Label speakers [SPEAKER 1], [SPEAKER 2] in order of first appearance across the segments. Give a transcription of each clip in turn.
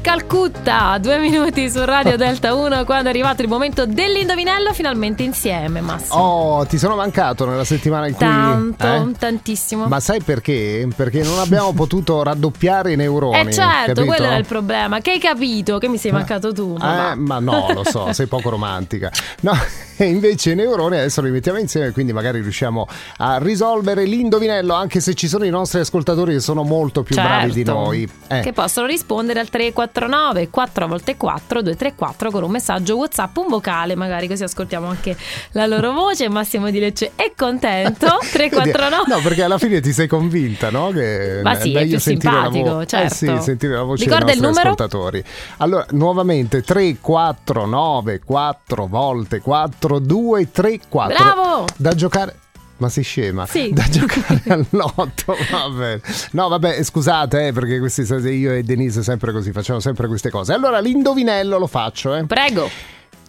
[SPEAKER 1] Calcutta, due minuti su Radio Delta 1 quando è arrivato il momento dell'indovinello finalmente insieme Massimo.
[SPEAKER 2] Oh, ti sono mancato nella settimana in cui...
[SPEAKER 1] Tanto,
[SPEAKER 2] Eh?
[SPEAKER 1] tantissimo.
[SPEAKER 2] Ma sai perché? Perché non abbiamo potuto raddoppiare i neuroni.
[SPEAKER 1] eh certo,
[SPEAKER 2] capito?
[SPEAKER 1] quello era il problema. Che hai capito? Che mi sei mancato tu? ma
[SPEAKER 2] Eh, ma no, lo so, sei poco romantica. No, e invece i neuroni adesso li mettiamo insieme, quindi magari riusciamo a risolvere l'indovinello, anche se ci sono i nostri ascoltatori che sono molto più bravi di
[SPEAKER 1] Certo.
[SPEAKER 2] noi. Eh,
[SPEAKER 1] Che possono rispondere al 349 4 volte 4 234 con un messaggio WhatsApp, un vocale, magari così ascoltiamo anche la loro voce. Massimo di Lecce è contento.
[SPEAKER 2] Vedi,
[SPEAKER 1] 349
[SPEAKER 2] No, perché alla fine ti sei convinta, no? Che
[SPEAKER 1] Ma
[SPEAKER 2] è
[SPEAKER 1] sì, è
[SPEAKER 2] meglio
[SPEAKER 1] più
[SPEAKER 2] sentire la
[SPEAKER 1] simpatico,
[SPEAKER 2] vo-
[SPEAKER 1] certo.
[SPEAKER 2] Eh sì, sentire la voce
[SPEAKER 1] Ricorda
[SPEAKER 2] dei
[SPEAKER 1] il
[SPEAKER 2] nostri
[SPEAKER 1] numero?
[SPEAKER 2] ascoltatori. Allora, nuovamente 3 4 9 4 volte 4 2 3 4.
[SPEAKER 1] Bravo!
[SPEAKER 2] Da giocare ma sei scema?
[SPEAKER 1] Sì.
[SPEAKER 2] Da giocare al lotto, vabbè. No, vabbè, scusate, eh, perché questi, io e Denise sempre così, facciamo sempre queste cose. Allora, l'indovinello lo faccio, eh.
[SPEAKER 1] Prego.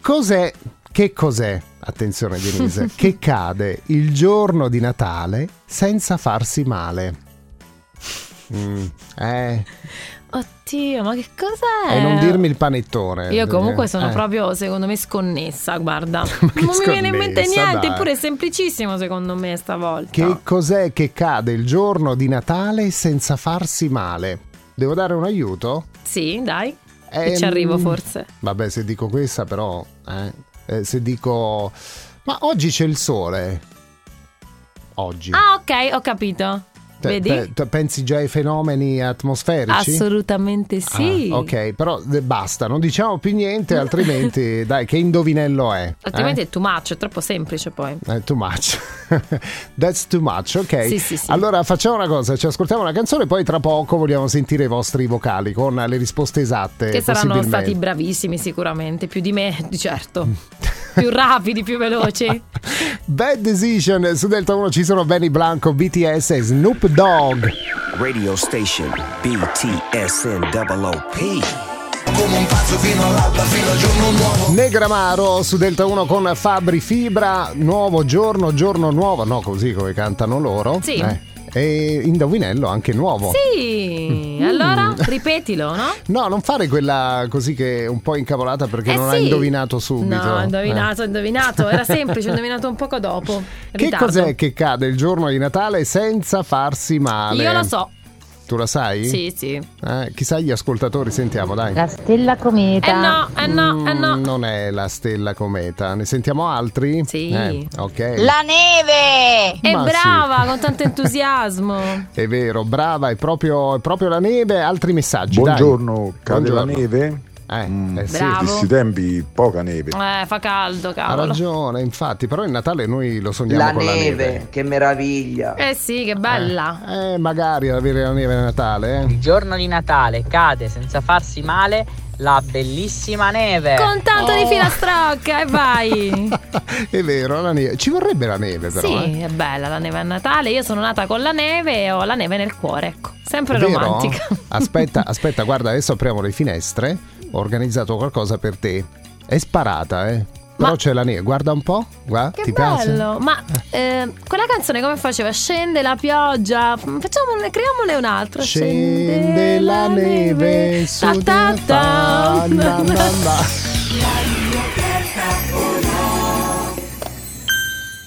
[SPEAKER 2] Cos'è? Che cos'è? Attenzione Denise, che cade il giorno di Natale senza farsi male. Mm, eh,
[SPEAKER 1] Oddio, ma che cos'è?
[SPEAKER 2] E non dirmi il panettone.
[SPEAKER 1] Eh. Io comunque sono
[SPEAKER 2] Eh.
[SPEAKER 1] proprio, secondo me, sconnessa, guarda. non
[SPEAKER 2] Ma che
[SPEAKER 1] mi viene in mente
[SPEAKER 2] sconnessa,
[SPEAKER 1] niente,
[SPEAKER 2] dai.
[SPEAKER 1] eppure è semplicissimo secondo me stavolta.
[SPEAKER 2] Che cos'è che cade il giorno di Natale senza farsi male? Devo dare un aiuto?
[SPEAKER 1] Sì, dai.
[SPEAKER 2] Eh,
[SPEAKER 1] che ci arrivo
[SPEAKER 2] mm,
[SPEAKER 1] forse.
[SPEAKER 2] Vabbè, se dico questa però... eh, eh, se dico... Ma oggi c'è il sole. Oggi.
[SPEAKER 1] Ah, ok, ho capito.
[SPEAKER 2] Te-
[SPEAKER 1] Vedi?
[SPEAKER 2] pe- te- pensi già ai fenomeni atmosferici?
[SPEAKER 1] Assolutamente sì.
[SPEAKER 2] Ah, ok, però eh, basta, non diciamo più niente, altrimenti dai, che indovinello è?
[SPEAKER 1] Altrimenti
[SPEAKER 2] eh?
[SPEAKER 1] è too much, è troppo semplice poi.
[SPEAKER 2] Eh, too much. That's too much, ok.
[SPEAKER 1] Sì, sì, sì.
[SPEAKER 2] Allora facciamo una cosa, ci ascoltiamo una canzone, poi tra poco vogliamo sentire i vostri vocali con le risposte esatte.
[SPEAKER 1] che saranno
[SPEAKER 2] possibilmente.
[SPEAKER 1] stati bravissimi sicuramente, più di me, di certo. più rapidi, più
[SPEAKER 2] Ah,
[SPEAKER 1] veloci.
[SPEAKER 2] Bad Decision, su Delta 1 ci sono Benny Blanco, BTS e Snoop Dogg.
[SPEAKER 3] Radio station BTSN double OP.
[SPEAKER 2] Negramaro su Delta 1 con Fabri Fibra, nuovo giorno, giorno nuovo, no così come cantano loro. Eh.
[SPEAKER 1] Sì.
[SPEAKER 2] E indovinello anche nuovo.
[SPEAKER 1] Sì, allora ripetilo, no?
[SPEAKER 2] No, non fare quella così che è un po' incavolata perché
[SPEAKER 1] Eh
[SPEAKER 2] non
[SPEAKER 1] sì.
[SPEAKER 2] ha indovinato subito.
[SPEAKER 1] No, ho indovinato,
[SPEAKER 2] Eh.
[SPEAKER 1] ho indovinato. Era semplice, ho indovinato un poco dopo.
[SPEAKER 2] Che
[SPEAKER 1] Ritardo.
[SPEAKER 2] cos'è che cade il giorno di Natale senza farsi male?
[SPEAKER 1] Io lo so.
[SPEAKER 2] Tu la sai?
[SPEAKER 1] Sì, sì.
[SPEAKER 2] Eh, chissà gli ascoltatori, sentiamo dai.
[SPEAKER 4] La stella cometa.
[SPEAKER 1] Eh no, eh no, eh
[SPEAKER 2] Mm,
[SPEAKER 1] no.
[SPEAKER 2] Non è la stella cometa, ne sentiamo altri?
[SPEAKER 1] Sì.
[SPEAKER 2] Eh, ok.
[SPEAKER 4] La neve.
[SPEAKER 1] E
[SPEAKER 2] Ma sì.
[SPEAKER 1] brava, con tanto entusiasmo.
[SPEAKER 2] È vero, brava, è proprio, è proprio la neve. Altri messaggi. dai.
[SPEAKER 5] Buongiorno, cade la
[SPEAKER 2] Buongiorno.
[SPEAKER 5] neve?
[SPEAKER 2] Eh,
[SPEAKER 5] Mm,
[SPEAKER 2] eh sì.
[SPEAKER 1] Bravo.
[SPEAKER 5] Questi tempi poca neve.
[SPEAKER 1] Eh, fa caldo,
[SPEAKER 2] Ha
[SPEAKER 1] cavolo.
[SPEAKER 2] ragione, infatti, però il Natale noi lo sogniamo
[SPEAKER 6] La
[SPEAKER 2] con la
[SPEAKER 6] neve,
[SPEAKER 2] neve.
[SPEAKER 6] che meraviglia.
[SPEAKER 1] Eh sì, che bella.
[SPEAKER 2] Eh, eh, magari avere la neve a Natale. eh.
[SPEAKER 7] Il giorno di Natale cade senza farsi male la bellissima
[SPEAKER 2] Eh.
[SPEAKER 7] neve.
[SPEAKER 1] Con tanto
[SPEAKER 2] Oh.
[SPEAKER 1] di filastrocca, e vai.
[SPEAKER 2] è vero, la neve. Ci vorrebbe la neve, però. eh.
[SPEAKER 1] sì, è bella la neve a Natale. Io sono nata con la neve e ho la neve nel cuore, ecco. Sempre
[SPEAKER 2] Vero?
[SPEAKER 1] romantica.
[SPEAKER 2] Aspetta, aspetta, guarda, adesso apriamo le finestre. Ho organizzato qualcosa per te. È sparata, eh. Però
[SPEAKER 1] Ma-
[SPEAKER 2] c'è la neve. Guarda un po'. Guarda,
[SPEAKER 1] Che
[SPEAKER 2] ti piace?
[SPEAKER 1] bello! Ma eh, quella canzone come faceva? Scende la pioggia. Mm, Facciamone, creiamone un'altra.
[SPEAKER 2] Scende la neve su
[SPEAKER 1] Ta ta ta.
[SPEAKER 2] di- na, na, na.